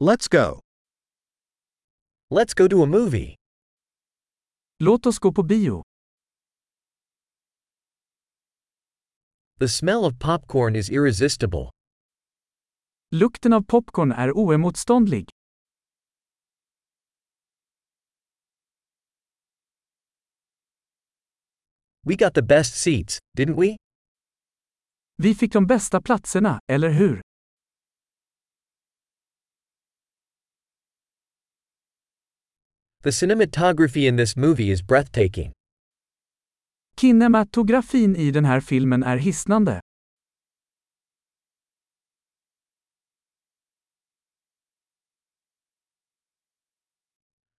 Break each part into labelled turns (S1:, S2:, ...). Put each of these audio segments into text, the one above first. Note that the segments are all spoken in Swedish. S1: Let's go. Let's go to a movie.
S2: Låt oss gå på bio.
S1: The smell of popcorn is irresistible.
S2: Lukten av popcorn är oemotståndlig.
S1: We got the best seats, didn't we?
S2: Vi fick de bästa platserna, eller hur?
S1: The cinematography in this movie is breathtaking.
S2: Kinematografin i den här filmen är hisnande.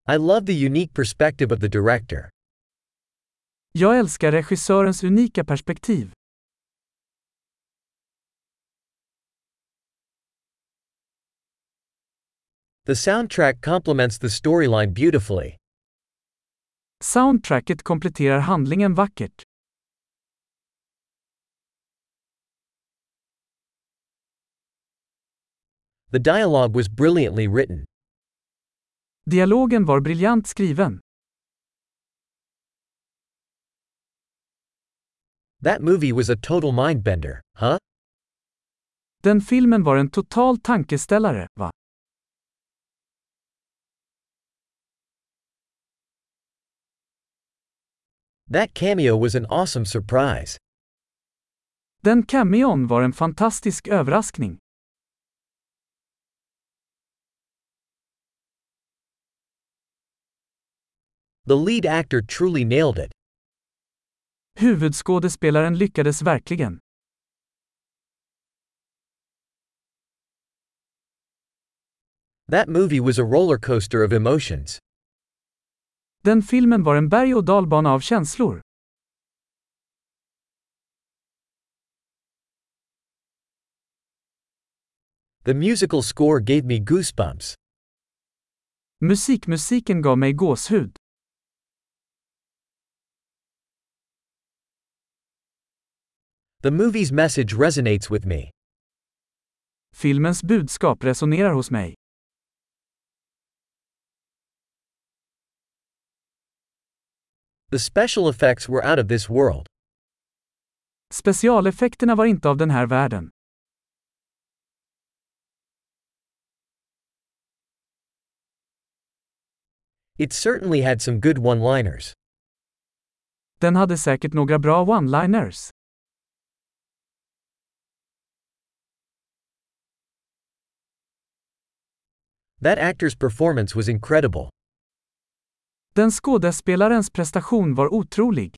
S1: I love the unique perspective of the director.
S2: Jag älskar regissörens unika perspektiv.
S1: The soundtrack complements the storyline beautifully.
S2: Soundtracket kompletterar handlingen vackert.
S1: The dialogue was brilliantly written.
S2: Dialogen var briljant skriven.
S1: That movie was a total mindbender, huh?
S2: Den filmen var en total tankeställare, va?
S1: That cameo was an awesome surprise.
S2: Den cameon var en fantastisk överraskning.
S1: The lead actor truly nailed it.
S2: Huvudskådespelaren lyckades verkligen.
S1: That movie was a roller coaster of emotions.
S2: Den filmen var en berg och dalbana av känslor.
S1: The musical score gave me goosebumps.
S2: Musikmusiken gav mig gåshud.
S1: The movie's message resonates with me.
S2: Filmens budskap resonerar hos mig.
S1: The special effects were out of this world.
S2: Specialeffekterna var inte av den här världen.
S1: It certainly had some good one liners.
S2: Den hade säkert några bra one-liners.
S1: That actor's performance was incredible.
S2: Den skådespelarens prestation var otrolig.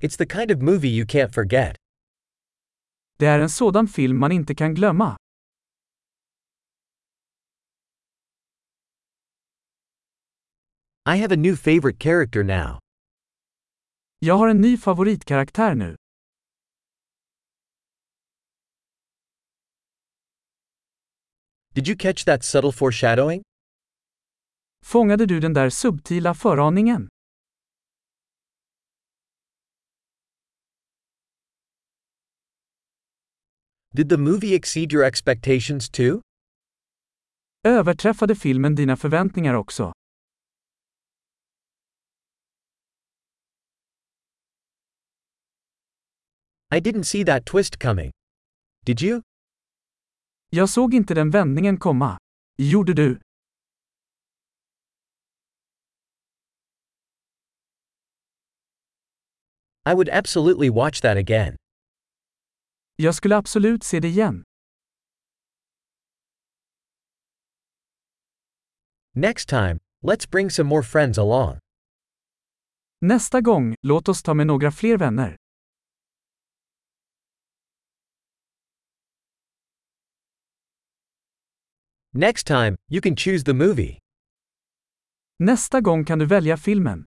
S1: It's the kind of movie you can't forget.
S2: Det är en sådan film man inte kan glömma.
S1: I have a new favorite character now.
S2: Jag har en ny favoritkaraktär nu.
S1: Did you catch that subtle foreshadowing?
S2: Fångade du den där subtila föraningen?
S1: Did the movie exceed your expectations too?
S2: Överträffade filmen dina förväntningar också?
S1: I didn't see that twist coming. Did you?
S2: Jag såg inte den vändningen komma. Gjorde du?
S1: I would absolutely watch that again.
S2: Jag skulle absolut se det igen.
S1: Next time, let's bring some more friends along.
S2: Nästa gång, låt oss ta med några fler vänner.
S1: Next time, you can choose the movie.
S2: Nästa gång kan du välja filmen.